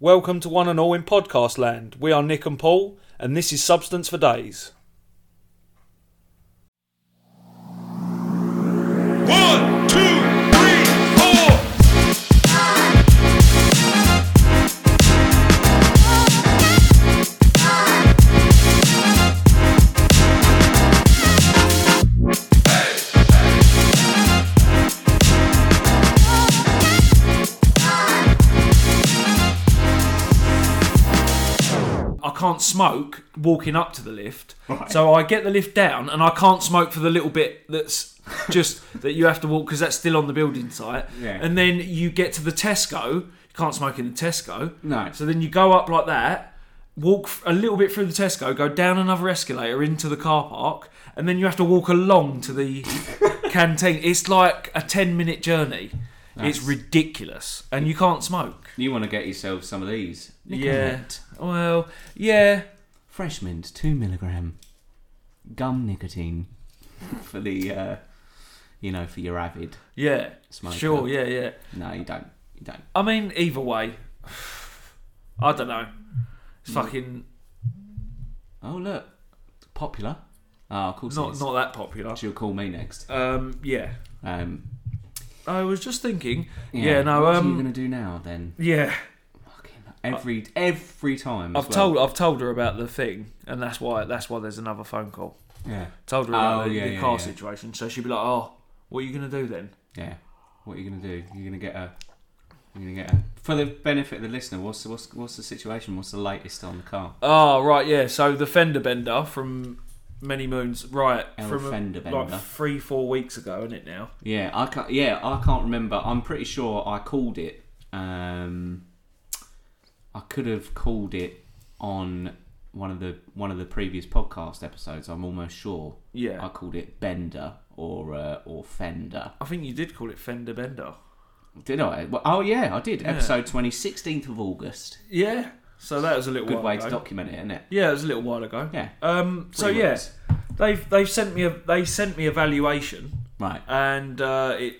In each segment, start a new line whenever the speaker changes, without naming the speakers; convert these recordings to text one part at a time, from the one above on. Welcome to one and all in podcast land. We are Nick and Paul, and this is Substance for Days.
One, two, three, four.
I can't smoke walking up to the lift, so I get the lift down, and I can't smoke for the little bit that's just that you have to walk because that's still on the building site.
Yeah.
And then you get to the Tesco, you can't smoke in the Tesco.
No.
So then you go up like that, walk f- a little bit through the Tesco, go down another escalator into the car park, and then you have to walk along to the canteen. It's like a ten-minute journey. It's ridiculous, and you can't smoke.
You want to get yourself some of these?
Yeah. Well, yeah.
Fresh mint, two milligram, gum nicotine for the, uh, you know, for your avid.
Yeah.
Smoker.
Sure, yeah, yeah.
No, you don't. You don't.
I mean, either way, I don't know. It's fucking
Oh look, popular. Ah, of course. it
not
is.
not that popular.
She'll call me next.
Um, yeah.
Um,
I was just thinking. Yeah,
yeah.
no.
What are you
Um,
gonna do now then?
yeah.
Fucking every every time. as
I've
well.
told I've told her about the thing, and that's why that's why there's another phone call.
Yeah.
Told her about
Oh,
the,
yeah,
the
yeah,
car
yeah.
situation, so she'd be like, "Oh, what are you gonna do then?"
Yeah. What are you gonna do? You're gonna get a. You're gonna get a. For the benefit of the listener, what's the, what's what's the situation? What's the latest on the car?
Oh, right, yeah. So the fender bender from Many Moons, right?
El
from uh,
fender
like
bender.
three four weeks ago, isn't it now?
Yeah, I can't. Yeah, I can't remember. I'm pretty sure I called it. Um, I could have called it on one of the one of the previous podcast episodes. I'm almost sure.
Yeah.
I called it Bender or uh, or Fender.
I think you did call it fender bender.
Did I? Well, oh yeah, I did. Episode twenty, 16th of August.
Yeah. So that was a little
Good
while
way
ago.
to document it, isn't it?
Yeah, it was a little while ago.
Yeah.
Um. So
Three
yeah,
weeks.
they've they've sent me a they sent me a valuation,
Right.
and uh, it,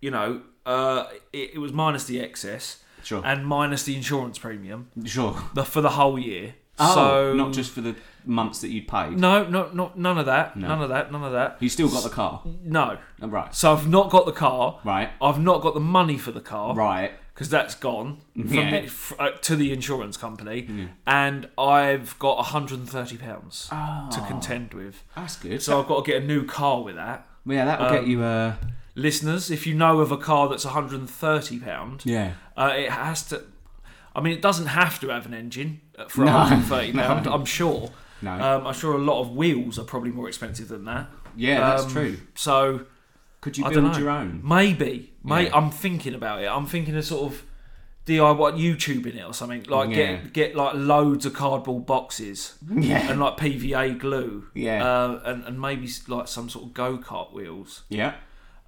you know, uh, it, it was minus the excess
Sure.
and minus the insurance premium
Sure.
the, for the whole year.
Oh,
so
not just for the months that you paid.
no, no, not none of that, none of that, none of that.
You still got the car.
No.
Right.
So I've not got the car.
Right.
I've not got the money for the car.
Right.
because that's gone from
Yeah.
the, f- uh, to the insurance company, and I've got 130 pounds
Ah.
to contend with.
That's good.
So I've got to get a new car with that.
yeah, that'll
Um,
get you. Uh,
Listeners, if you know of a car that's 130 pound,
yeah.
uh, it has to. I mean, it doesn't have to have an engine uh, for
No,
130 pound. I'm sure.
No.
Um, I'm sure a lot of wheels are probably more expensive than that.
Yeah, that's
Um,
true.
So
Could you
I
build
dunno.
your own?
Maybe. May
Yeah.
I'm thinking about it. I'm thinking of sort of DIY YouTube in it or something. Like
Yeah.
get get like loads of cardboard boxes
Yeah.
and like PVA glue.
Yeah.
Uh, and and maybe s- like some sort of go kart wheels.
Yeah.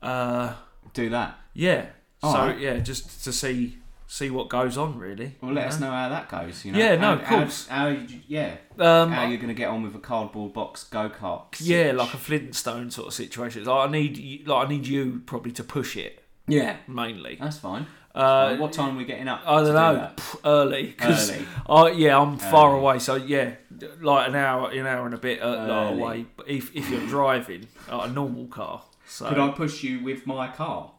Uh,
Do that.
yeah. so
Alright.
yeah, just to see see what goes on really.
Well, let us know how that goes. You know.
Yeah, no,
How-
of course.
How, how you- yeah.
Um,
how you're going to get on with a cardboard box go kart?
yeah, like a Flintstone sort of situation. Like I need you- like I need you probably to push it
yeah.
mainly.
That's fine.
Uh,
what time are we getting up?
I don't
to do
know,
that?
pff, early. 'cause
Early.
I, yeah, I'm far away, so yeah, d- like an hour, an hour and a bit uh, like
Early.
away. But if, if you're driving like a normal car, so
Could I push you with my car?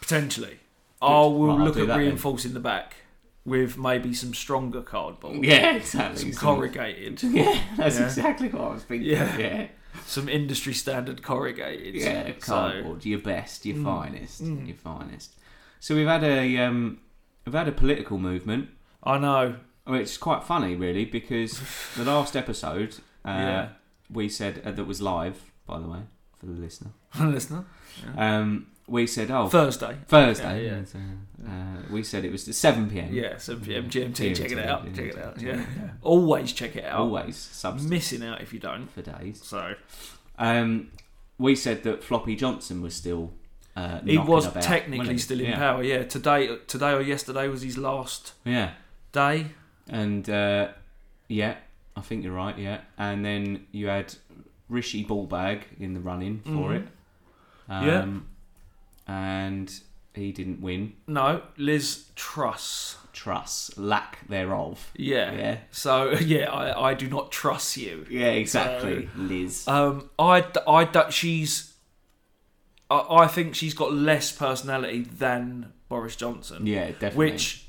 potentially, I will
Right, I'll
look
do
at
that then.
reinforcing the back with maybe some stronger cardboard,
Yeah, exactly.
corrugated,
Yeah, that's exactly what I was thinking.
Yeah.
Yeah. Yeah.
some industry standard corrugated. so, Mm.
cardboard. Your best, your finest, your finest. So we've had a um, we've had a political movement
I know.
Well, it's quite funny, really, because the last episode uh,
Yeah.
we said uh, that was live, by the way, for the listener.
Listener,
Um, we said, oh,
Thursday.
Thursday.
Yeah, yeah.
so, Uh, we said it was 7 pm.
Yeah, 7 p.m. GMT.
Yeah,
Check it
yeah,
out.
yeah,
Check it
yeah,
out.
yeah.
Yeah, always check it out.
Always substance
Missing out if you don't.
for days.
So
Um, we said that Floppy Johnson was still. Uh,
He
knocking
was
about,
technically
wasn't he?
still in
yeah.
power. Yeah, today, today or yesterday was his last
Yeah.
day.
And uh, yeah, I think you're right, yeah. And then you had Rishi Ballbag in the running for it.
Mm-hmm. Yeah.
Um, And he didn't win.
No, Liz Truss.
truss, lack thereof.
Yeah.
Yeah.
So yeah, I, I do not trust you.
Yeah, exactly, Liz.
Um, I, d- I, d- she's, I, I think she's got less personality than Boris Johnson.
yeah, definitely.
Which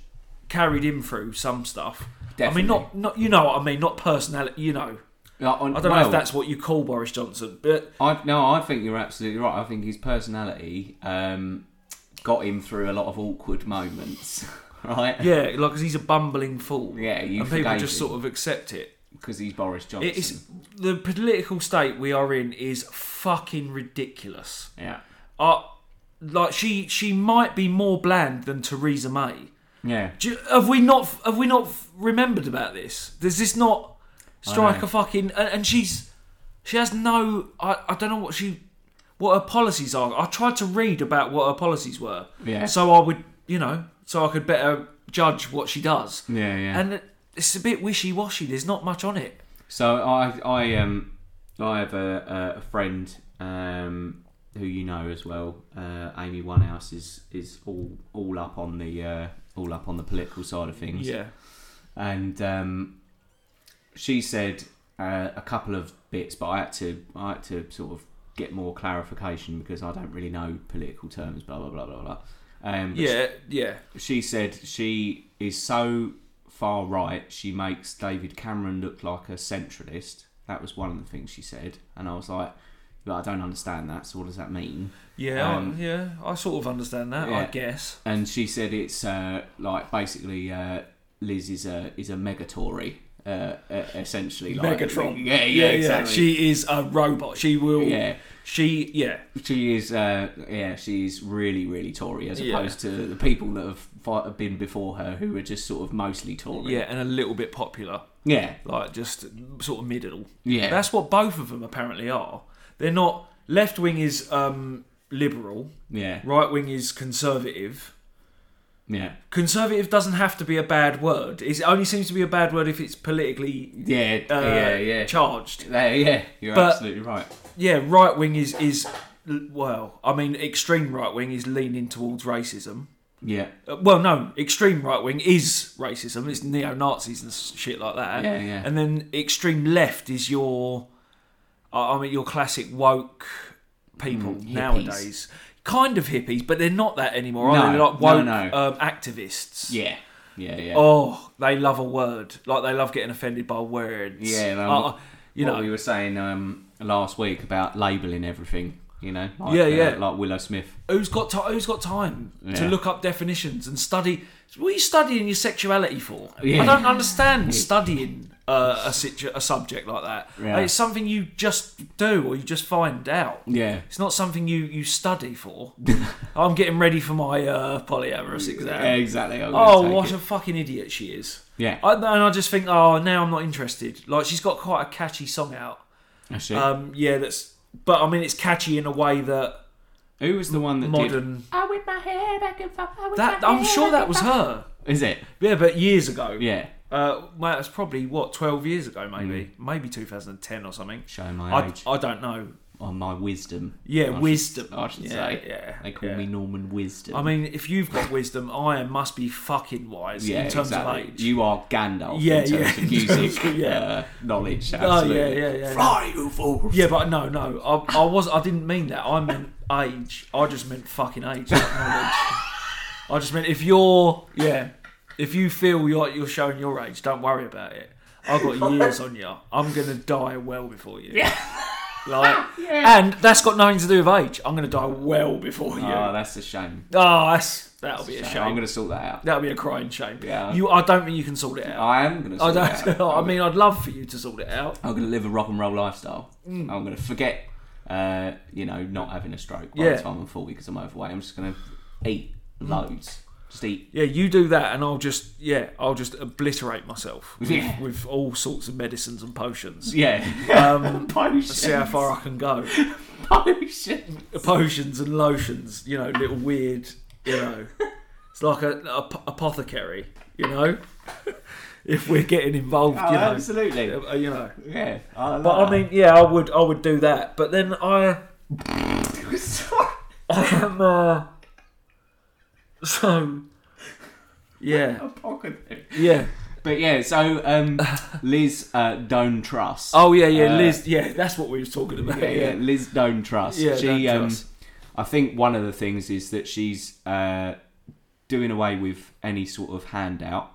carried him through some stuff. I
Definitely.
mean, not, not, you know what I mean, not personality, you know.
Like, Uh, on-
I don't know
well,
if that's what you call Boris Johnson, but
I, no, I think you're absolutely right. I think his personality um, got him through a lot of awkward moments, right?
yeah, like 'cause he's a bumbling fool.
Yeah, you
and people
forgave
just
him.
sort of accept it.
Because he's Boris Johnson.
It's the political state we are in is fucking ridiculous.
yeah.
Uh, like she, she might be more bland than Theresa May.
Yeah.
Do you, have we not have we not remembered about this? Does this not strike
know.
a fucking and, and she's she has no I, I don't know what she what her policies are. I tried to read about what her policies were.
Yeah.
So I would you know so I could better judge what she does.
Yeah, yeah.
And it's a bit wishy washy. There's not much on it.
So I I um I have a, a friend um who you know as well. Uh, Amy Winehouse is is all all up on the uh, all up on the political side of things. And um, she said uh, a couple of bits, but I had to I had to sort of get more clarification because I don't really know political terms. Blah blah blah blah blah. Um, but
Yeah. Yeah.
she said she is so far right she makes David Cameron look like a centralist. That was one of the things she said, and I was like, "But I don't understand that. So what does that mean?"
Yeah.
Um,
I, yeah. I sort of understand that. I
yeah.
guess.
And she said it's uh, like basically uh, Liz is a is a mega Tory, uh, uh, essentially. Like,
Megatron.
Yeah, yeah, exactly.
She is a robot. She will.
yeah.
She. Yeah.
She is, uh, yeah, she's really, really Tory as
Yeah.
opposed to the people that have fi- have been before her who were just sort of mostly Tory.
Yeah. And a little bit popular.
yeah,
like just sort of middle.
Yeah.
that's what both of them apparently are. They're not left wing is um, liberal,
yeah,
right wing is conservative.
yeah.
Conservative doesn't have to be a bad word. It only seems to be a bad word if it's politically
Yeah,
uh,
yeah, yeah.
charged.
yeah, yeah, you're
But-
absolutely right.
Yeah, right wing is is well, I mean, extreme right wing is leaning towards racism.
Yeah,
Uh, well, no, extreme right wing is racism. It's neo Nazis and shit like that.
Yeah, yeah.
And then extreme left is your, I I mean, your classic woke people
Mm, hippies.
nowadays. Kind of hippies, but they're not that anymore.
No,
are they? like
no,
woke
no.
Um, activists.
yeah, yeah, yeah.
Oh, they love a word. Like they love getting offended by words.
Yeah, no,
Uh, you
what
know.
we were saying um, last week about labelling everything. You know, like,
Yeah,
uh,
yeah.
like Willow Smith.
Who's got ti who's got time to
Yeah.
look up definitions and study? What are you studying your sexuality for?
Yeah.
I don't understand studying uh, a situ- a subject like that.
Yeah.
Like, it's something you just do or you just find out.
Yeah,
It's not something you, you study for. I'm getting ready for my uh, polyamorous exam.
yeah exactly. I'm gonna
Oh,
take
what
it.
a fucking idiot she is.
yeah.
I, and I just think, oh, now I'm not interested. Like, she's got quite a catchy song out.
That's it.
Um, yeah, that's. But I mean, it's catchy in a way that
Who was the one that did?
modern.
I whip my hair back and forth. I whip
That
my
I'm
hair
sure
back
that
and
was
forth.
her.
Is it?
Yeah, but years ago.
Yeah. Mm.
Uh, well, that's probably what twelve years ago, maybe, maybe 2010 or something.
Show my
I,
age
I don't know.
on Oh, my wisdom.
Yeah,
I should-
wisdom.
I should
yeah,
say.
Yeah,
They call
yeah.
me Norman Wisdom.
I mean, if you've got wisdom, I must be fucking wise
yeah,
in terms
exactly.
of age.
You are Gandalf
Yeah,
in terms
yeah,
of
in
music
terms of- yeah.
uh, knowledge.
Oh,
Absolutely.
yeah, yeah, yeah.
Fly, you fool.
yeah, but no, no, I, I was, I didn't mean that. I meant age. I just meant fucking age, not knowledge. I just meant if you're, yeah, if you feel you're you're showing your age, don't worry about it. I've got years on you. I'm gonna die well before you. Yeah. Like, and that's got nothing to do with age. I'm gonna die well before you.
Oh,
Oh,
that's a shame.
that's that'll be a shame.
I'm going to sort that out.
That'll be a crying shame.
Yeah. Ah,
You, I don't think you can sort it out.
I am going to
I
sort that
don't.
out.
I mean, I'd love for you to sort it out.
I'm going to live a rock and roll lifestyle.
Mm.
I'm going to forget, uh, you know, not having a stroke by
Yeah. Mm.
the time I'm 40 because I'm overweight. I'm just going to eat loads. Just eat.
Yeah, you do that, and I'll just yeah, I'll just obliterate myself with,
Yeah.
with all sorts of medicines and potions.
Yeah.
Um,
potions.
see how far I can go.
Potions.
potions and lotions, you know, little weird, you know. It's like a, a p- apothecary, you know. if we're getting involved,
Oh,
you know,
absolutely.
Uh, you know.
Yeah. I like
But I mean, yeah, I would, I would do that. But then I,
that. Sorry.
I am uh, so Yeah.
Apocryphy.
Yeah.
But yeah, so um, Liz uh, don't trust.
Oh yeah, yeah,
Uh,
Liz. Yeah, that's what we was talking about.
yeah, yeah, Liz don't trust.
Yeah,
she,
don't
um,
trust.
I think one of the things is that she's uh, doing away with any sort of handout.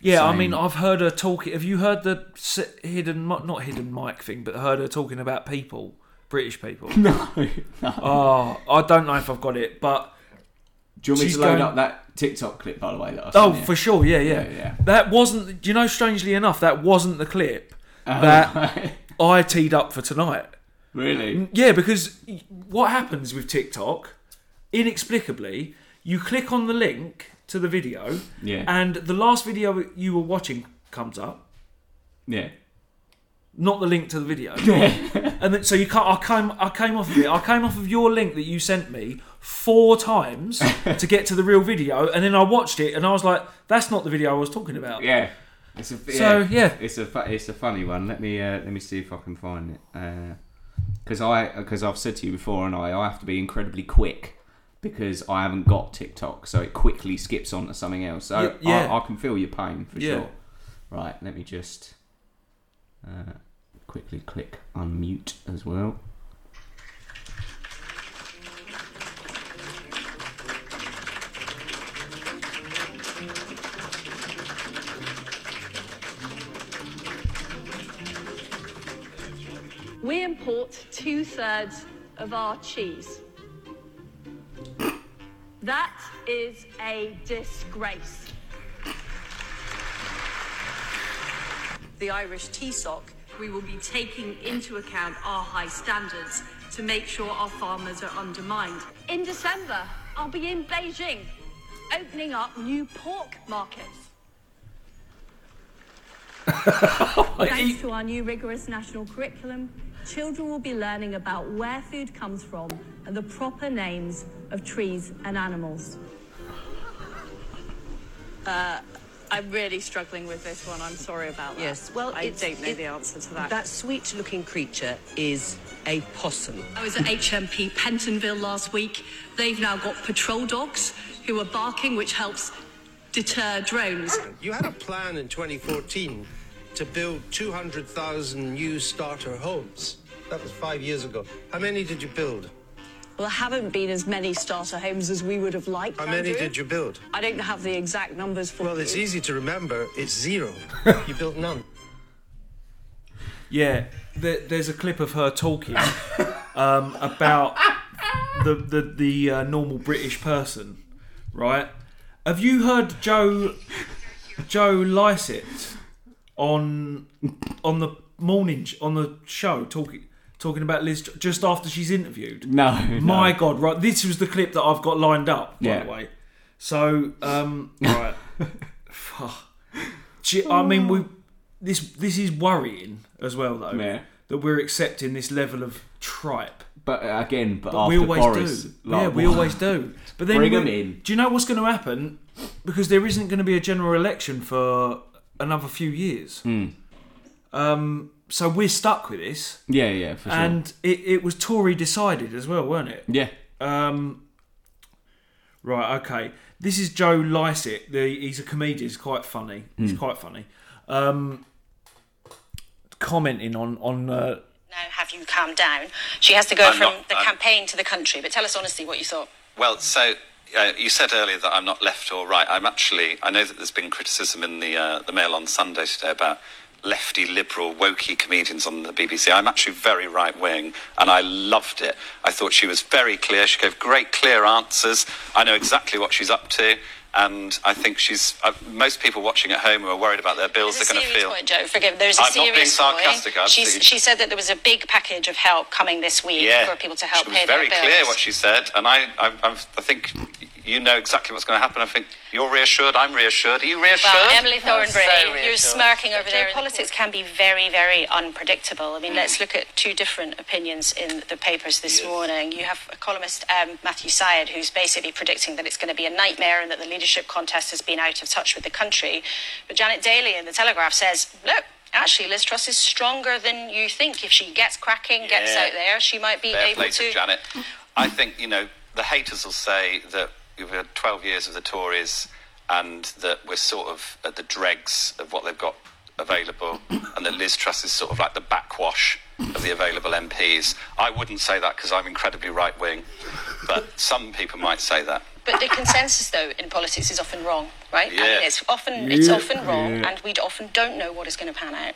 Yeah, I
Same.
mean, I've heard her talking. Have you heard the s- hidden, mi- not hidden mic thing, but heard her talking about people, British people?
No, no.
oh, I don't know if I've got it, but
Do you want me
She's
to load
going-
up that TikTok clip by the way? That I
oh,
sent you?
for sure, yeah, yeah,
Yeah, yeah.
That wasn't. Do you know? Strangely enough, that wasn't the clip that Mm. I teed up for tonight.
really?
Yeah, because what happens with TikTok, inexplicably, you click on the link to the video,
Yeah.
and the last video you were watching comes up,
Yeah.
not the link to the video. and then, so you can't. I came. I came off of it. I came off of your link that you sent me four times to get to the real video, and then I watched it, and I was like, "That's not the video I was talking about."
Yeah. It's a, yeah.
So, yeah.
It's a fu- it's a funny one. Let me uh, let me see if I can find it. Because I because I've said to you before, and I I have to be incredibly quick because I haven't got TikTok, so it quickly skips on to something else. So
Y- yeah.
I, I can feel your pain for
Yeah.
sure. Right. Let me just uh, quickly click unmute as well.
We import two thirds of our cheese. That is a disgrace. The Irish TSOC, we will be taking into account our high standards to make sure our farmers are undermined. In December, I'll be in Beijing opening up new pork markets. Thanks to our new rigorous national curriculum, children will be learning about where food comes from and the proper names of trees and animals. Uh, I'm really struggling with this one. I'm sorry about that.
Yes, well,
I
it's-
don't know
it-
the answer to that.
That sweet looking creature is a possum.
I was at HMP Pentonville last week. They've now got patrol dogs who are barking, which helps deter drones.
You had a plan in 2014 to build 200,000 new starter homes. That was five years ago. How many did you build?
Well, there haven't been as many starter homes as we would have liked.
How many
Andrew.
did you build?
I don't have the exact numbers for
Well,
you.
it's easy to remember. It's zero. you built none.
Yeah, there, there's a clip of her talking um, about the the the uh, normal British person, right? Have you heard Joe Joe Lycett on on the morning sh- on the show talking talking about Liz Tr- just after she's interviewed?
No.
My
no.
God, right? This was the clip that I've got lined up. By
Yeah.
the way, so um, right. Gee, I mean, we this this is worrying as well, though.
Yeah.
That we're accepting this level of tripe.
But uh, again, but, after
we always
Boris,
do.
like,
yeah, we
what-
always do. But then
Bring 'em
we-
in.
Do you know what's going to happen? Because there isn't going to be a general election for another few years.
Hmm.
Um, so we're stuck with this,
Yeah, yeah, for sure.
and it, it was Tory decided as well, weren't it?
yeah,
Um, right, okay. This is Joe Lycett. The, he's a comedian. He's quite funny.
Hmm.
He's quite funny. Um, commenting on on uh,
Now, have you calmed down? She has to go
I'm
from
not-
the
I'm-
campaign to the country. But tell us honestly what you thought.
Well, so uh, you said earlier that I'm not left or right. I'm actually. I know that there's been criticism in the uh, the Mail on Sunday today about lefty, liberal, wokey comedians on the BBC. I'm actually very right wing, and I loved it. I thought she was very clear. She gave great, clear answers. I know exactly what she's up to. And I think she's. Uh, most people watching at home who are worried about their bills
There's
are going
a
to
serious
feel.
point, Joe. Forgive. There is a
I'm not being
serious
sarcastic, I'm
point. She's-
being-
she said that there was a big package of help coming this week for people to help
she was
pay
very
their bills.
clear what she said, and I, I, I'm- I think you know exactly what's going to happen. I think you're reassured. I'm reassured. Are you reassured?
well, Emily Thornberry,
reassured.
you're smirking over there. Politics can be very, very unpredictable. I mean, let's look at two different opinions in the papers this morning. You have a columnist, um, Matthew Syed, who's basically predicting that it's going to be a nightmare and that the leadership contest has been out of touch with the country. But Janet Daly in The Telegraph says, look, actually, Liz Truss is stronger than you think. If she gets cracking, gets
Yeah.
out there, she might be
Fair
able
play to,
to.
Janet. I think you know the haters will say that you've had 12 years of the Tories, and that we're sort of at the dregs of what they've got available, and that Liz Truss is sort of like the backwash of the available MPs. I wouldn't say that because I'm incredibly right wing, but some people might say that.
But the consensus, though, in politics is often wrong, right? I
Yeah.
mean, it's often it's
Yeah.
often wrong, and we often don't know what is going to pan out.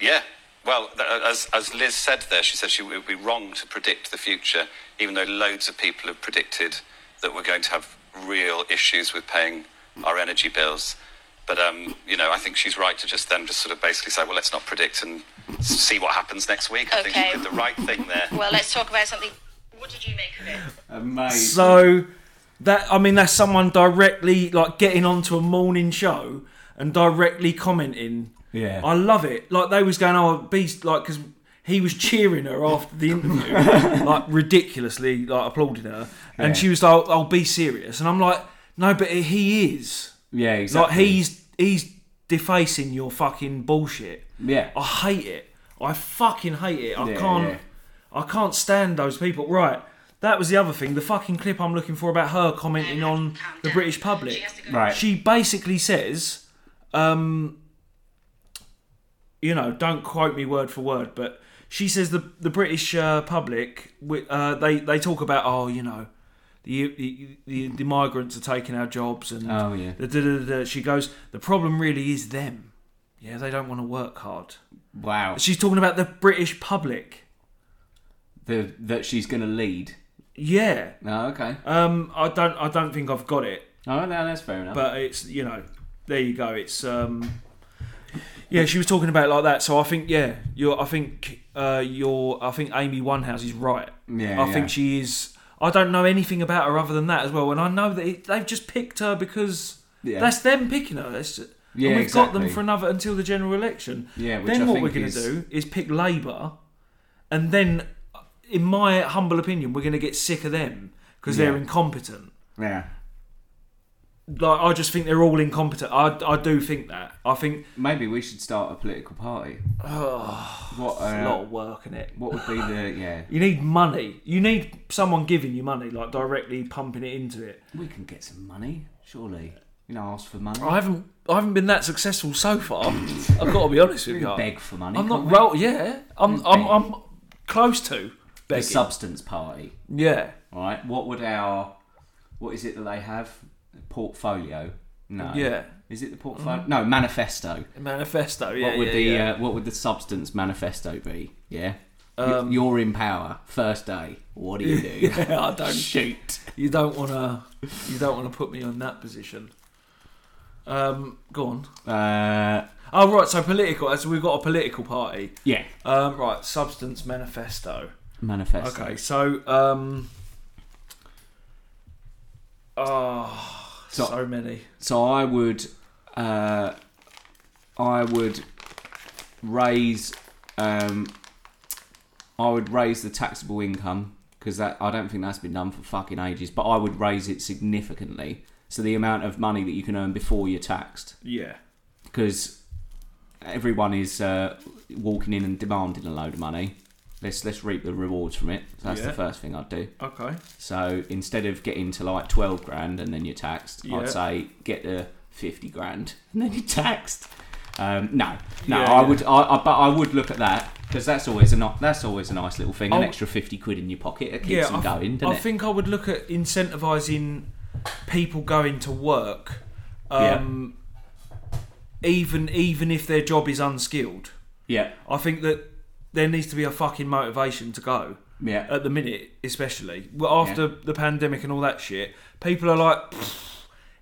Yeah. Well, th- uh, as, as Liz said there, she said she would be wrong to predict the future, even though loads of people have predicted that we're going to have real issues with paying our energy bills. But, um, you know, I think she's right to just then just sort of basically say, well, let's not predict and s- see what happens next week. I think
Okay.
she did the right thing there.
Well, let's talk about something. What did you make of it?
Amazing.
So that I mean that's someone directly like getting onto a morning show and directly commenting.
Yeah.
I love it. Like they was going, oh beast, like because he was cheering her after the interview, like ridiculously, like applauded her,
Yeah.
and she was like, "I'll be serious," and I'm like, "No, but he is.
yeah, exactly.
Like he's he's defacing your fucking bullshit.
yeah.
I hate it. I fucking hate it. I
Yeah,
can't.
yeah.
I can't stand those people. Right. That was the other thing. The fucking clip I'm looking for about her commenting on the British public.
Right.
She basically says, um, you know, don't quote me word for word, but she says the the British uh, public, wi- uh, they they talk about, oh, you know, the the, the, the migrants are taking our jobs and
Oh, yeah.
da, da, da, da. she goes, the problem really is them. Yeah, they don't want to work hard.
wow.
She's talking about the British public.
the, that she's going to lead.
Yeah.
Oh, okay.
Um, I don't I don't think I've got it,
oh, no, that's fair enough.
but it's you know, there you go. It's um, yeah, she was talking about it like that. So I think yeah, you're I think uh, you're I think Amy Winehouse is right.
Yeah,
I
yeah.
think she is. I don't know anything about her other than that as well, and I know that it, they've just picked her because
Yeah.
that's them picking her. That's,
Yeah,
and we've got
exactly.
them for another until the general election.
Yeah, which
then
I
what
think
we're going
is-
to do is pick Labour, and then, in my humble opinion, we're going to get sick of them because they're
Yeah.
incompetent
yeah.
like I just think they're all incompetent. I, I do think that. I think
Maybe we should start a political party. what,
a
uh,
lot of work in it.
what would be the. Yeah.
You need money. You need someone giving you money, like directly pumping it into it.
We can get some money, surely. You know, ask for money.
I haven't I haven't been that successful so far. I've got to be honest with
We
you.
can beg for money.
I'm
can't
not
we?
roll. Yeah, I'm I'm,
beg.
I'm close to
The
begging.
substance party.
yeah,
right? What would our what is it that they have? Portfolio? No.
Yeah.
Is it the portfolio? No, manifesto.
manifesto. Yeah,
what would
yeah,
the
yeah.
Uh, what would the substance manifesto be? Yeah. Y- You're in power. First day. What do you do?
Um, Yeah, I don't-
shoot.
you don't want to you don't want to put me on that position. Um, go on.
Uh,
Oh right, so political. So we've got a political party.
yeah.
Um, right, substance manifesto.
Manifesto.
Okay, so um, oh,
So-
so, many.
So I would, uh, I would raise, um, I would raise the taxable income because that I don't think that's been done for fucking ages. But I would raise it significantly, so the amount of money that you can earn before you're taxed,
Yeah,
because everyone is uh, walking in and demanding a load of money. Let's let's reap the rewards from it. So that's the
Yeah.
first thing I'd do.
okay.
So instead of getting to like 12 grand and then you're taxed,
Yeah.
I'd say get to 50 grand and then you're taxed. Um, no, no,
Yeah,
I
yeah.
would, I, I, but I would look at that because that's always a ni- that's always a nice little thing, an
Oh.
extra 50 quid in your pocket that keeps
yeah,
them
I,
going, doesn't
I
it?
think I would look at incentivising people going to work, um, even even if their job is unskilled.
yeah,
I think that there needs to be a fucking motivation to go.
yeah,
at the minute, especially well, after the pandemic and all that shit, people are like, "Pfft,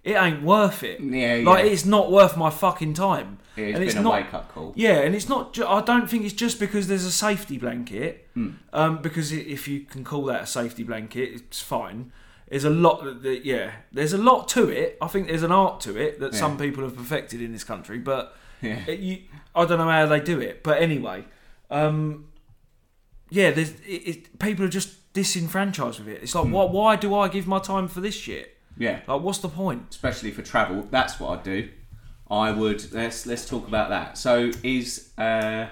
it ain't worth it.
Yeah,
like
yeah.
it's not worth my fucking time.
It's
and it's
been a
not.
wake-up call.
Yeah, and it's not. Ju- I don't think it's just because there's a safety blanket.
Hmm.
Um, because i- if you can call that a safety blanket, it's fine. There's a lot that, that yeah, there's a lot to it. I think there's an art to it that some people have perfected in this country, but
Yeah.
it- you, I don't know how they do it. But anyway, um, yeah, there's it, it, people are just disenfranchised with it. It's
Hmm.
like, why, why do I give my time for this shit?
yeah.
Like, what's the point?
especially for travel. That's what I'd do. I would let's let's talk about that. So is uh,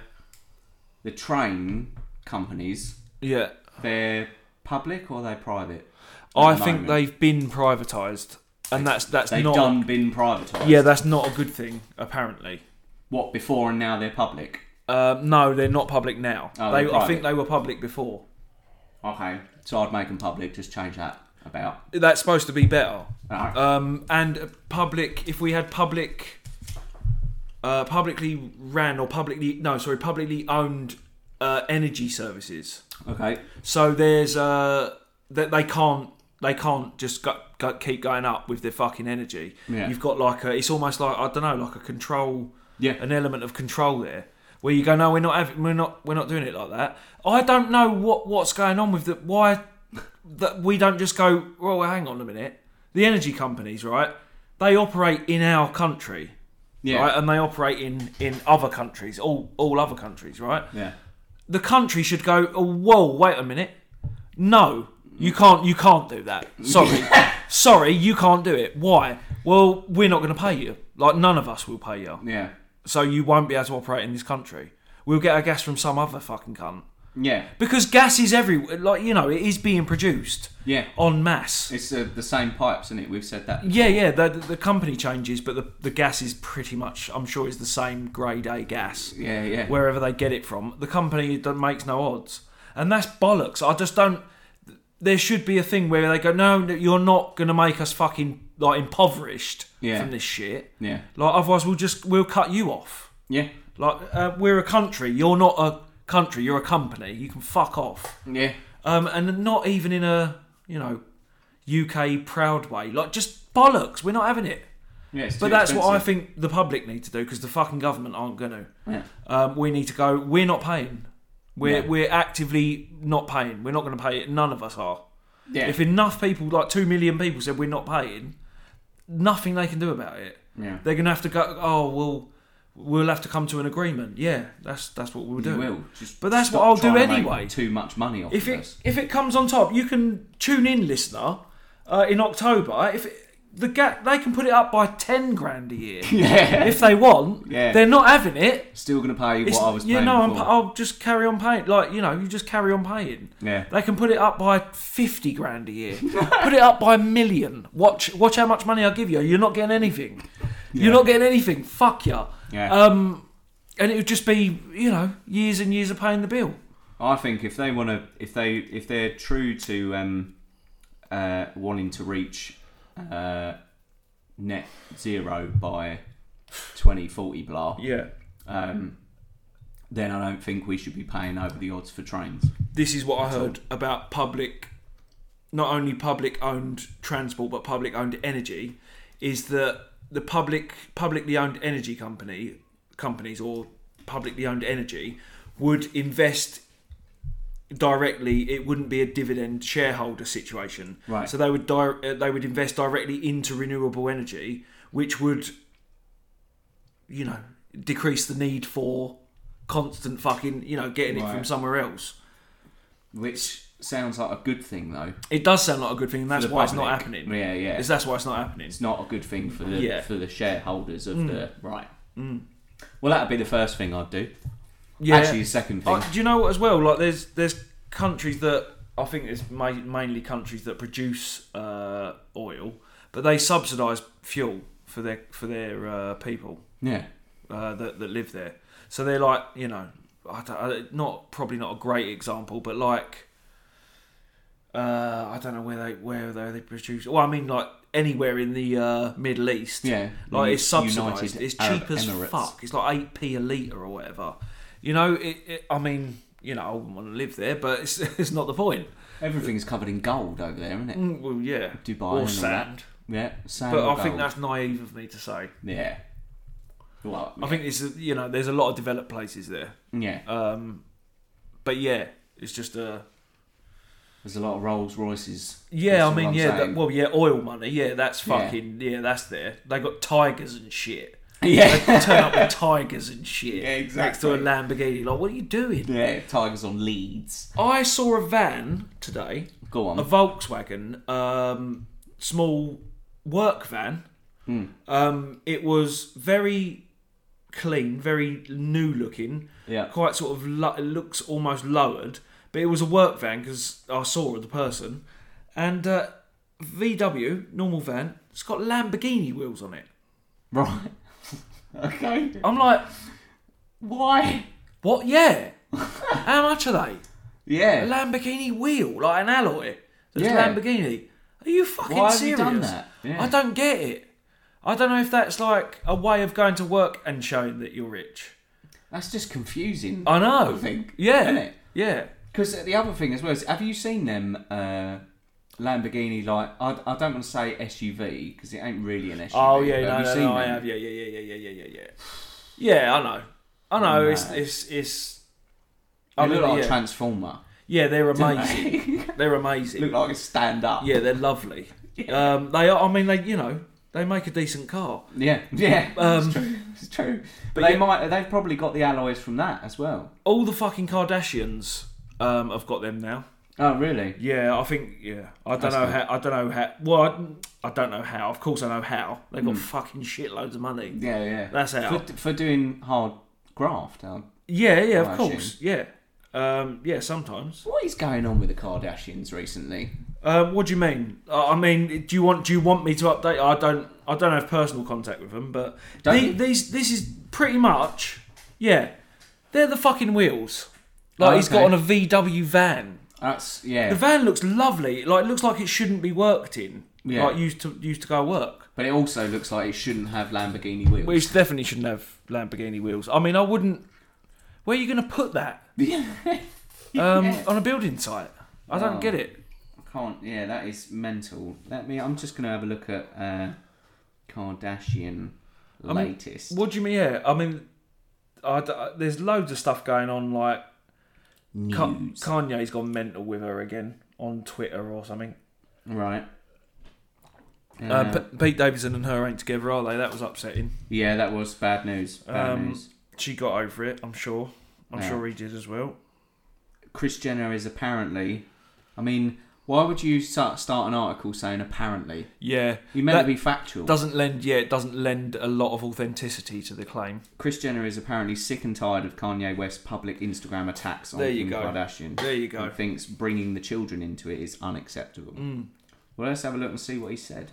the train companies
Yeah,
they're public or are they private?
I
the
think
moment.
they've been privatised. and that's that's
They've
not
done been privatised.
yeah, that's not a good thing apparently.
What before and now they're public.
Um, no, they're not public now.
Oh,
they,
they're
I think
private.
they were public before.
Okay, so I'd make them public. Just change that about.
That's supposed to be better.
Alright.
Um, and public, if we had public, uh, publicly ran or publicly no, sorry, publicly owned uh, energy services.
okay.
So there's uh, that they can't they can't just go, go, keep going up with their fucking energy.
Yeah.
You've got like a, it's almost like I don't know, like a control,
Yeah.
an element of control there. Where you go, no, we're not having, we're not, we're not doing it like that. I don't know what what's going on with the why that we don't just go. Well, hang on a minute. The energy companies, right? They operate in our country,
Yeah.
right? And they operate in in other countries, all all other countries, right?
Yeah.
the country should go, oh, whoa, wait a minute. No, you can't you can't do that. Sorry. Sorry, you can't do it. Why? Well, we're not gonna pay you. Like none of us will pay you.
Yeah.
So you won't be able to operate in this country. We'll get our gas from some other fucking cunt.
Yeah.
Because gas is everywhere like you know, it is being produced.
Yeah.
En masse.
It's uh, the same pipes, isn't it? We've said that.
yeah, yeah, the, the company changes, but the, the gas is pretty much, I'm sure, is the same grade A gas
Yeah. Yeah.
wherever they get it from. The company that makes no odds, and that's bollocks. I just don't. There should be a thing where they go, no, no, you're not going to make us fucking like impoverished
Yeah.
from this shit.
Yeah.
Like otherwise, we'll just we'll cut you off.
Yeah.
Like uh, we're a country. You're not a country. You're a company. You can fuck off.
Yeah.
Um, and not even in a you know UK proud way. Like just bollocks. We're not having it.
Yeah. It's
But
too
that's what I
expensive.
think the public need to do because the fucking government aren't going to
Yeah.
um, we need to go. We're not paying. We're
Yeah.
we're actively not paying. We're not going to pay it. None of us are.
Yeah.
If enough people, like two million people, said we're not paying, nothing they can do about it.
Yeah.
They're going to have to go. Oh well, we'll have to come to an agreement. Yeah, that's that's what we'll do.
You will. Just
But that's what
stop
I'll do
trying to make
anyway.
Too much money off
If
of
it
us.
if it comes on top, you can tune in, listener, uh, in October. If it, the ga- they can put it up by ten grand a year
Yeah.
if they want.
Yeah.
They're not having it.
Still going to pay you
It's-
what I was
yeah,
paying
no, I'm,
before.
I'll just carry on paying. Like you know, you just carry on paying.
Yeah.
they can put it up by fifty grand a year. put it up by a million. Watch, watch how much money I give you. You're not getting anything. You're not getting anything. Fuck ya.
Yeah.
Um, and it would just be you know years and years of paying the bill.
I think if they want to, if they if they're true to um, uh, wanting to reach uh, net zero by twenty forty blah,
Yeah.
um, then I don't think we should be paying over the odds for trains.
This is what I heard about public, not only public owned transport but public owned energy, is that the public publicly owned energy company companies or publicly owned energy would invest directly it wouldn't be a dividend shareholder situation
Right.
so they would di- uh, they would invest directly into renewable energy which would you know decrease the need for constant fucking you know getting it from
Right.
somewhere else
Which sounds like a good thing though.
it does sound like a good thing and that's
the
why it's
public.
not happening
Yeah, yeah.
It's- that's why it's not happening
It's not a good thing for the
Yeah. Mm.
for the shareholders of the right. Well, that'd be the first thing I'd do.
yeah
Actually, the second thing.
Uh, do you know what as well? Like there's there's countries that I think it's ma- mainly countries that produce uh, oil, but they subsidise fuel for their for their uh, people
yeah.
uh, that that live there. So they're like you know, I don't, I- not probably not a great example, but like uh, I don't know where they where they they produce. Well, I mean like anywhere in the uh, Middle East.
Yeah.
like
U-
it's subsidised.
United
It's
Arab
cheap as
Emirates.
fuck. It's like eight p a litre or whatever. You know, it, it, I mean, you know, I wouldn't want to live there, but it's, it's not the point.
Everything's covered in gold over there, isn't it?
Well, yeah,
Dubai and all
or
that.
sand.
Yeah, sand.
Mm. But
or
I think
gold.
that's naive of me to say.
Yeah. Well,
I think it's you know, there's a lot of developed places there.
yeah.
Um, but yeah, it's just a
There's a lot of Rolls Royces.
yeah.
That's
I
all
mean,
I'm
yeah. That,
saying.
well, yeah, oil money. Yeah, that's
Yeah.
fucking yeah. that's there. They got tigers and shit.
yeah.
Turn up with tigers and shit.
Yeah,
Next to a
exactly.
Lamborghini. Like, what are you doing?
yeah. Tigers on leads.
I saw a van today,
Go on.
a Volkswagen, um, small work van. Um, it was very clean, very new looking.
Yeah.
Quite sort of lo- it looks almost lowered, but it was a work van because I saw the person, and uh, VW, normal van, it's got Lamborghini wheels on it.
Right. okay.
I'm like,
Why?
what? Yeah. How much are they? A
Yeah.
Lamborghini wheel, like an alloy. That's
Yeah.
Lamborghini. Are you fucking
Why have you
serious?
done that? Yeah.
I don't get it. I don't know if that's like a way of going to work and showing that you're rich.
That's just confusing.
I know.
I think.
Yeah.
Isn't it?
Yeah.
Because the other thing as well is, have you seen them uh, Lamborghini? Like, I, I don't want to say SUV because it ain't really an SUV.
Oh yeah,
but
no,
have
no,
you seen
no, I
them?
have. Yeah, yeah, yeah, yeah, yeah, yeah, yeah, yeah. Yeah, I know. I know. It's it's it's.
They look like
yeah.
a transformer.
yeah, they're amazing.
look
They're amazing.
like a stand up.
Yeah, they're lovely. Um, they are. I mean, they you know they make a decent car.
Yeah, yeah.
Um,
it's true. It's true. But,
but
they
yeah-
might. They've probably got the alloys from that as well.
All the fucking Kardashians um, have got them now.
Oh, really?
Yeah, I think. Yeah, I don't
That's
know
good.
how. I don't know how. Well, I, I don't know how. Of course, I know how. They have got fucking shitloads of money.
Yeah, yeah.
That's out.
for, for doing hard graft. uh, huh?
Yeah, yeah, of
I
course. Yeah, um, yeah. Sometimes.
What is going on with the Kardashians recently?
Um, what do you mean? I I mean, do you want do you want me to update? I don't. I don't have personal contact with them, but
Don't
the,
you?
these this is pretty much. Yeah, they're the fucking wheels. Like
Oh,
he's got
okay.
on a VW van.
That's yeah.
The van looks lovely. Like it looks like it shouldn't be worked in.
Yeah.
Like used to used to go work.
but it also looks like it shouldn't have Lamborghini wheels.
Which definitely shouldn't have Lamborghini wheels. I mean, I wouldn't. Where are you going to put that? Um, On a building site. I don't
Oh.
get it.
Can't. Yeah, that is mental. Let me. I'm just gonna have a look at uh, Kardashian latest.
What do you mean? Yeah, I mean, I d uh, there's loads of stuff going on. Like Ka-
News.
Kanye's gone mental with her again on Twitter or something.
right. Uh,
Uh, P- Pete Davidson and her ain't together, are they? That was upsetting.
yeah, that was bad news. Bad
Um,
news.
She got over it, I'm sure. I'm
Yeah.
sure he did as well.
Chris Jenner is apparently. I mean, why would you start, start an article saying apparently?
Yeah,
You meant
That
to be factual.
doesn't lend. Yeah, it doesn't lend a lot of authenticity to the claim.
Chris Jenner is apparently sick and tired of Kanye West's public Instagram attacks on
There you
Kim
go.
Kardashian.
There you go.
And thinks bringing the children into it is unacceptable.
Mm.
Well, let's have a look and see what he said.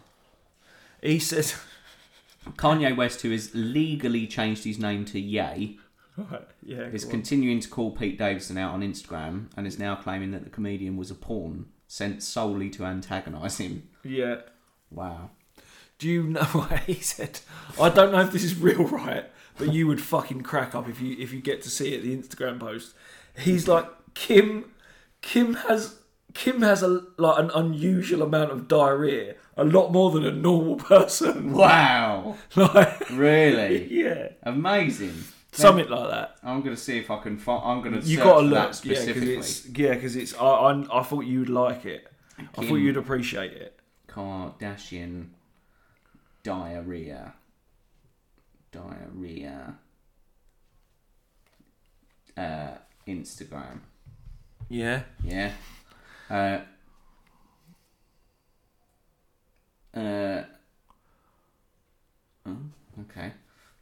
He says,
Kanye West, who has legally changed his name to Ye,
"Yeah,
is
go on.
continuing to call Pete Davidson out on Instagram and is now claiming that the comedian was a pawn sent solely to antagonise him.
yeah."
Wow.
Do you know what he said? I don't know if this is real, right? But you would fucking crack up if you if you get to see it. The Instagram post. He's like Kim. Kim has Kim has a like an unusual amount of diarrhea. A lot more than a normal person.
Wow.
Like,
Really?
yeah,
Amazing.
something like that.
I'm gonna see if I can find. I'm gonna
You
search
got to
for
look,
that
yeah, because
specifically.
it's yeah, because it's. I, I I thought you'd like it. I thought
Kim.
you'd appreciate it.
Kardashian diarrhea. Diarrhea. Uh, Instagram.
Yeah.
Yeah. Uh, uh, oh, okay.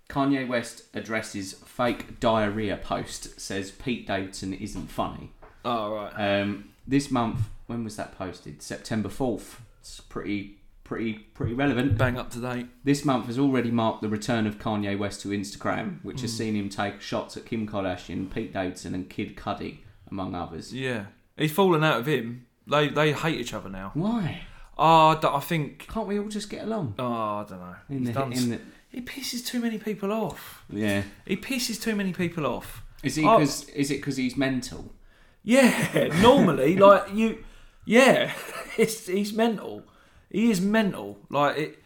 Kanye West addresses fake diarrhea post, says Pete Davidson isn't funny.
Oh right.
Um, this month, when was that posted? September 4th. It's pretty, pretty, pretty relevant.
Bang up to date.
This month has already marked the return of Kanye West to Instagram, which
Hmm.
has seen him take shots at Kim Kardashian, Pete Davidson, and Kid Cudi, among others.
Yeah. He's fallen out of him. They they hate each other now.
Why?
Oh, I don't- I think.
Can't we all just get along?
Oh, I don't know.
In the-
done,
in the-
He pisses too many people off.
Yeah.
He pisses too many people off.
Is he?
Oh.
Cause, is it because he's mental?
Yeah, normally, like you, yeah, it's, he's mental. He is mental. Like it,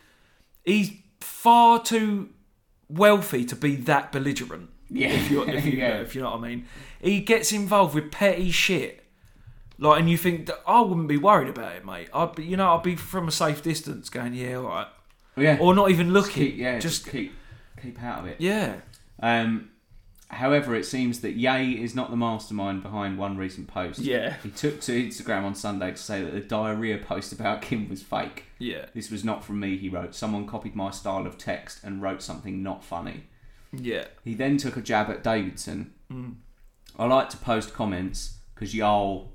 he's far too wealthy to be that belligerent.
Yeah.
if you if you,
Yeah.
if you know what I mean. He gets involved with petty shit. Like, and you think that I wouldn't be worried about it, mate. I'd be, you know, I'd be from a safe distance, going, yeah, all right,
Yeah.
or not even looking.
keep, yeah.
just
Just keep keep out of it.
Yeah.
Um. However, it seems that Ye is not the mastermind behind one recent post.
Yeah.
He took to Instagram on Sunday to say that the diarrhea post about Kim was fake.
Yeah.
This was not from me, he wrote. Someone copied my style of text and wrote something not funny.
Yeah.
He then took a jab at Davidson. I like to post comments because y'all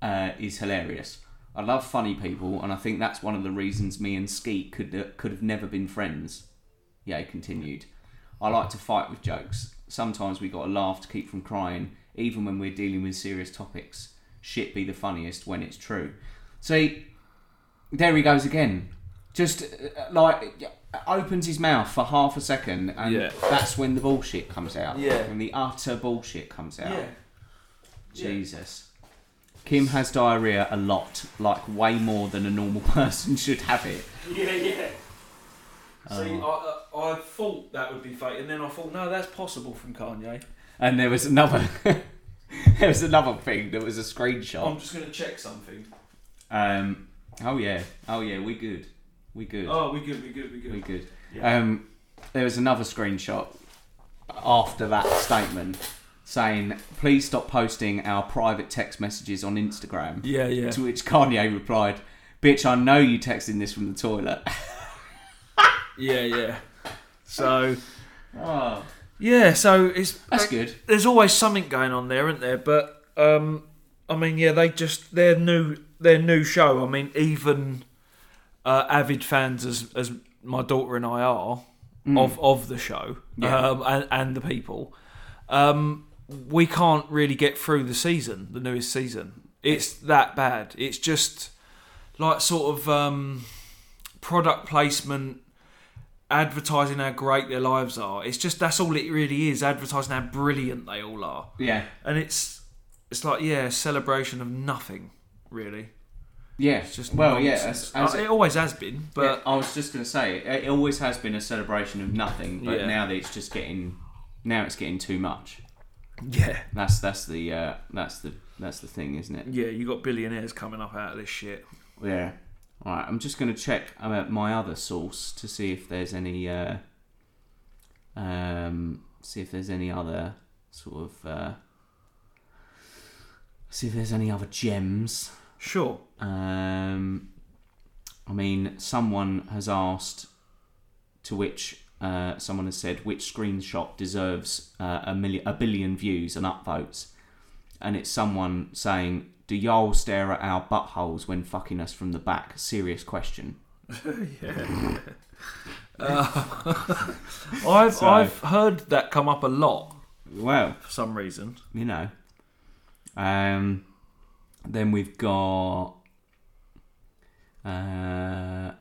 uh, is hilarious. I love funny people, and I think that's one of the reasons me and Skeet could could have never been friends. Yay continued. I like to fight with jokes. Sometimes we got a laugh to keep from crying, even when we're dealing with serious topics. Shit be the funniest when it's true. See, there he goes again. Just uh, like opens his mouth for half a second, and
Yeah.
that's when the bullshit comes out.
Yeah.
When the utter bullshit comes out. Jesus. Kim has diarrhea a lot, like way more than a normal person should have it.
Yeah, yeah. See, I, I, I thought that would be fake, and then I thought, no, that's possible from Kanye.
And there was another, there was another thing that was a
I'm
screenshot.
just going to check something.
Um, oh yeah, oh yeah, we good, we good,
Oh, we good, we good, we
we
good.
good. Um, there was another screenshot after that statement saying, "Please stop posting our private text messages on Instagram."
Yeah, yeah.
To which Kanye replied, "Bitch, I know you texting this from the toilet."
Yeah, yeah. So, Ah.
oh,
yeah, so it's
that's good.
there's always something going on there, isn't there? But um, I mean, yeah, they just their new their new show. I mean, even uh, avid fans as as my daughter and I are of of the show
Yeah.
um, and, and the people, um, we can't really get through the season, the newest season. It's that bad. It's just like sort of um, product placement advertising how great their lives are. It's just that's all it really is, advertising how brilliant they all are.
Yeah.
And it's it's like yeah, celebration of nothing, really.
Yeah.
It's just
well,
nonsense.
yeah. As, as
Uh, it
it,
always has been, but
I was just going to say, it, it always has been a celebration of nothing, but
Yeah.
now that it's just getting, now it's getting too much.
yeah,
That's that's the uh, that's the that's the thing, isn't it?
yeah, you got billionaires coming up out of this shit.
Yeah. All right. I'm just going to check uh, my other source to see if there's any, uh, um, see if there's any other sort of, uh, see if there's any other gems.
Sure.
Um, I mean, someone has asked, to which uh, someone has said, which screenshot deserves uh, a million, a billion views and upvotes, and it's someone saying, "Do y'all stare at our buttholes when fucking us from the back?" Serious question.
Uh, I've
So-
I've heard that come up a lot
Well,
for some reason.
you know. Um, then we've got. Uh,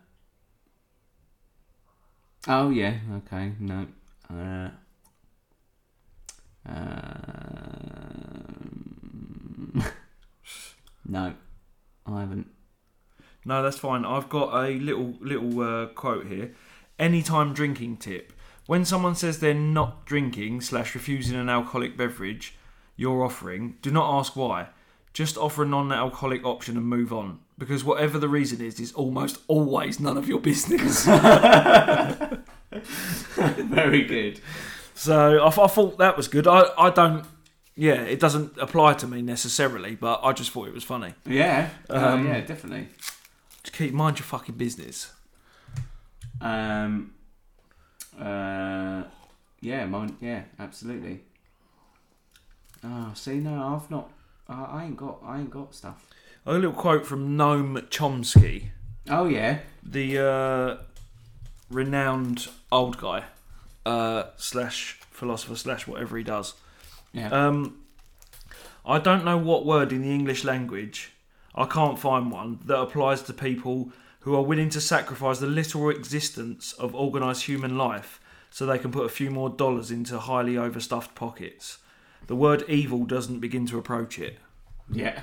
oh yeah, okay, no. Uh, um, no, I haven't.
No, that's fine. I've got a little little uh, quote here. Anytime drinking tip. When someone says they're not drinking slash refusing an alcoholic beverage you're offering, do not ask why. Just offer a non-alcoholic option and move on. Because whatever the reason is, it's almost always none of your business.
Very good.
so I, I thought that was good. I, I don't. Yeah, it doesn't apply to me necessarily, but I just thought it was funny.
Yeah. Oh yeah, definitely.
Just keep mind your fucking business.
Um. Uh. Yeah. Mine. Yeah. Absolutely. Oh, see, no, I've not. I, I ain't got. I ain't got stuff.
A little quote from Noam Chomsky.
Oh yeah.
the uh, renowned old guy uh, slash philosopher slash whatever he does.
Yeah.
Um, I don't know what word in the English language I can't find one that applies to people who are willing to sacrifice the literal existence of organised human life so they can put a few more dollars into highly overstuffed pockets. The word evil doesn't begin to approach it.
yeah.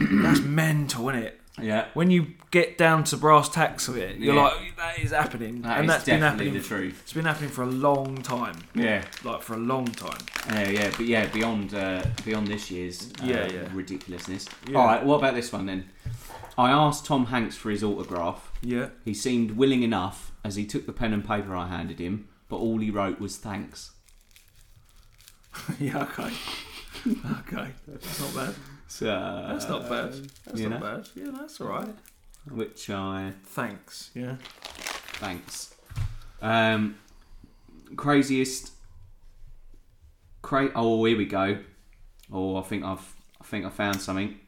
That's mental, isn't it?
Yeah.
when you get down to brass tacks of it, you're
Yeah.
like, that is happening,
That
and
is
that's been
definitely
happening.
the truth.
It's been happening for a long time,
Yeah.
like for a long time.
Uh, yeah. But yeah, beyond uh, beyond this year's uh,
Yeah, yeah.
ridiculousness.
Yeah.
All right. What about this one then? I asked Tom Hanks for his autograph.
Yeah.
He seemed willing enough as he took the pen and paper I handed him, but all he wrote was thanks.
yeah. Okay. okay. That's not bad.
So
That's not bad. That's
Uh, you
not
know.
bad. Yeah, that's all right.
Which I
Thanks. Yeah.
Thanks. Um, craziest. Cra- oh, here we go. Oh, I think I've I think I found something.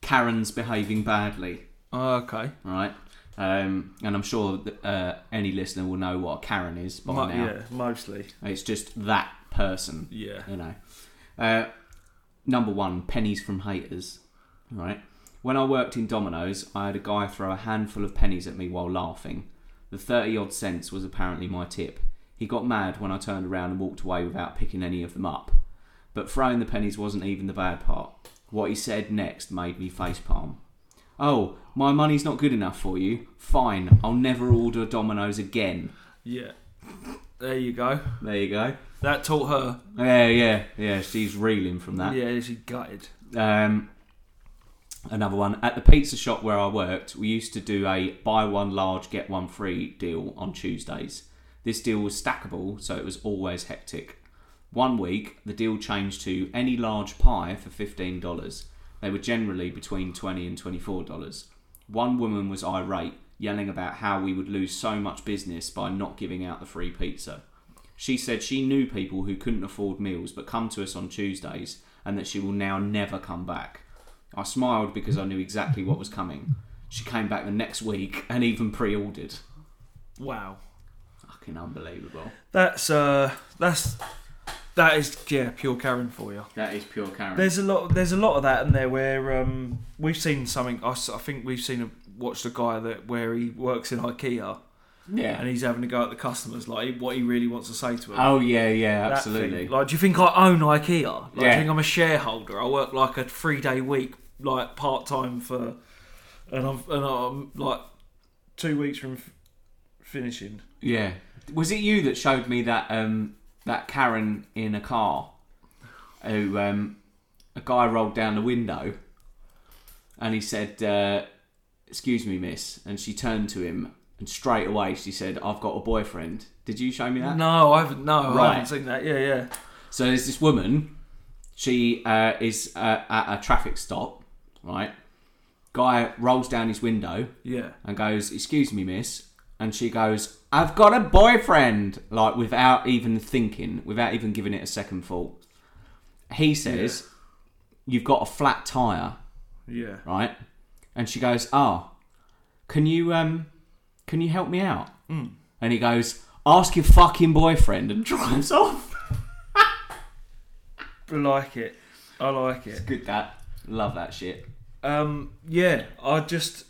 Karen's behaving badly,
Oh, okay.
right? Um, and I'm sure that, uh, any listener will know what a Karen is by
Mo-
now.
yeah, mostly.
It's just that person.
Yeah.
You know. Uh, number one, pennies from haters. Right. When I worked in Domino's, I had a guy throw a handful of pennies at me while laughing. The 30 odd cents was apparently my tip. He got mad when I turned around and walked away without picking any of them up. But throwing the pennies wasn't even the bad part. What he said next made me facepalm. Oh, my money's not good enough for you? Fine, I'll never order Domino's again.
Yeah. There you go.
There you go.
That taught her.
Yeah, yeah, yeah. She's reeling from that.
Yeah, she gutted.
Um, another one at the pizza shop where I worked. We used to do a buy one large get one free deal on Tuesdays. This deal was stackable, so it was always hectic. One week, the deal changed to any large pie for fifteen dollars. They were generally between twenty and twenty-four dollars. One woman was irate, yelling about how we would lose so much business by not giving out the free pizza. She said she knew people who couldn't afford meals but come to us on Tuesdays and that she will now never come back. I smiled because I knew exactly what was coming. She came back the next week and even pre ordered.
Wow.
Fucking unbelievable.
That's uh, that's that is yeah, pure Karen for you.
That is pure Karen.
There's a lot. There's a lot of that in there where um, we've seen something. I, s- I think we've seen a, watched a guy that where he works in IKEA
yeah.
and he's having to go at the customers like what he really wants to say to them.
oh, yeah, yeah,
That
absolutely.
thing. Like, do you think I own IKEA? Like, do
Yeah.
you think I'm a shareholder? I work like a three day week, like part time for, and I'm and I'm like two weeks from f- finishing.
yeah. Was it you that showed me that um, that Karen in a car? Who um, a guy rolled down the window and he said, uh, Excuse me, miss. And she turned to him and straight away she said, I've got a boyfriend. Did you show me that?
No, I haven't. No, I
Right.
haven't seen that. Yeah, yeah.
So there's this woman. She uh, is uh, at a traffic stop, right? Guy rolls down his window
Yeah.
and goes, "Excuse me, miss," and she goes, "I've got a boyfriend," like without even thinking, without even giving it a second thought. He says, "You've got a flat tire,"
Yeah.
right? And she goes, "Ah, can you um, can you help me out?" And he goes, "Ask your fucking boyfriend," and drives off.
I like it. I like it.
Good that, love that shit.
Um, yeah, I just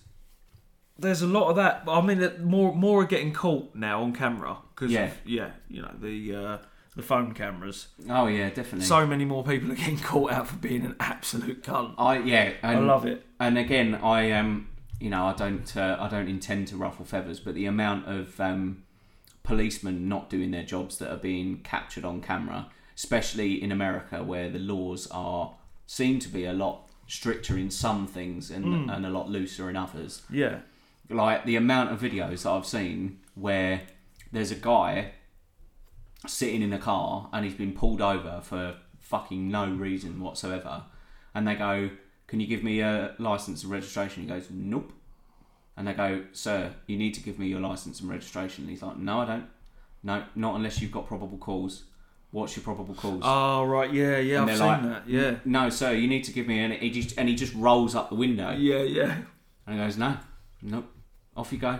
there's a lot of that. but I mean, that more more are getting caught now on camera because
Yeah.
yeah, you know the uh, the phone cameras.
Oh yeah, definitely.
So many more people are getting caught out for being an absolute cunt.
I yeah, and,
I love it.
And again, I um, you know, I don't, uh, I don't intend to ruffle feathers, but the amount of um, policemen not doing their jobs that are being captured on camera, especially in America, where the laws are seem to be a lot stricter in some things and,
Hmm.
and a lot looser in others
Yeah,
like the amount of videos that I've seen where there's a guy sitting in a car and he's been pulled over for fucking no reason whatsoever, and they go, "Can you give me a license and registration?" He goes, "Nope," and they go, "Sir, you need to give me your license and registration." And he's like, "No, I don't. No, not unless you've got probable cause. What's your probable cause?"
Oh right, yeah, yeah,
And
I've
they're
seen
like-
that. Yeah,
no, sir, you need to give me an. He just and he just rolls up the window
yeah, yeah,
and he goes, "No, nope. Off you go.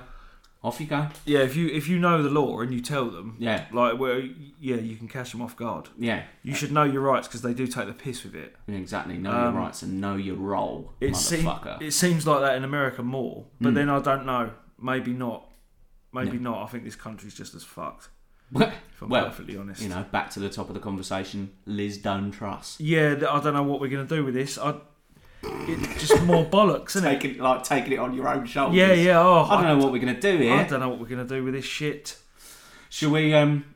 Off you go."
yeah. If you if you know the law and you tell them,
Yeah.
like well, yeah, you can catch them off guard.
Yeah,
You should know your rights because they do take the piss with it.
exactly. Know your rights and know your role,
Um, It, seem,
motherfucker. Hmm.
it seems like that in America more, but then I don't know. Maybe not. Maybe not. I think this country's just as fucked. If I'm
well,
perfectly honest,
you know, back to the top of the conversation. Liz don't trust.
yeah, th- I don't know what we're gonna do with this. I, it's just more bollocks, isn't it?
Taking like taking it on your own shoulders.
Yeah, yeah. Oh,
I don't know what we're gonna do
I
here.
don't know what we're gonna do with this shit.
Shall we? Um,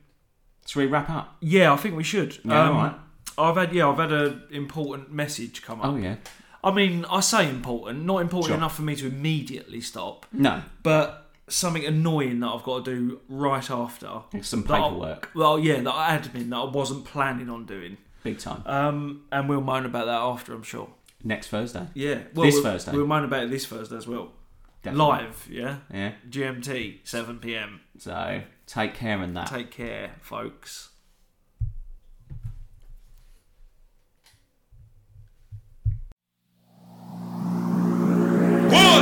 shall we wrap up?
Yeah, I think we should.
Yeah,
um,
alright.
I've had yeah, I've had an important message come up.
Oh yeah.
I mean, I say important, not important
Sure.
enough for me to immediately stop,
No.
but something annoying that I've got to do right after.
Some
That I-
paperwork.
well, yeah, that I admin that I wasn't planning on doing.
Big time.
Um, and we'll moan about that after, I'm sure.
Next Thursday.
Yeah,
This
we'll,
Thursday.
We'll moan about it this Thursday as well.
Definitely.
Live, yeah.
Yeah.
GMT, seven pm.
So take care and that.
Take care, folks.
One,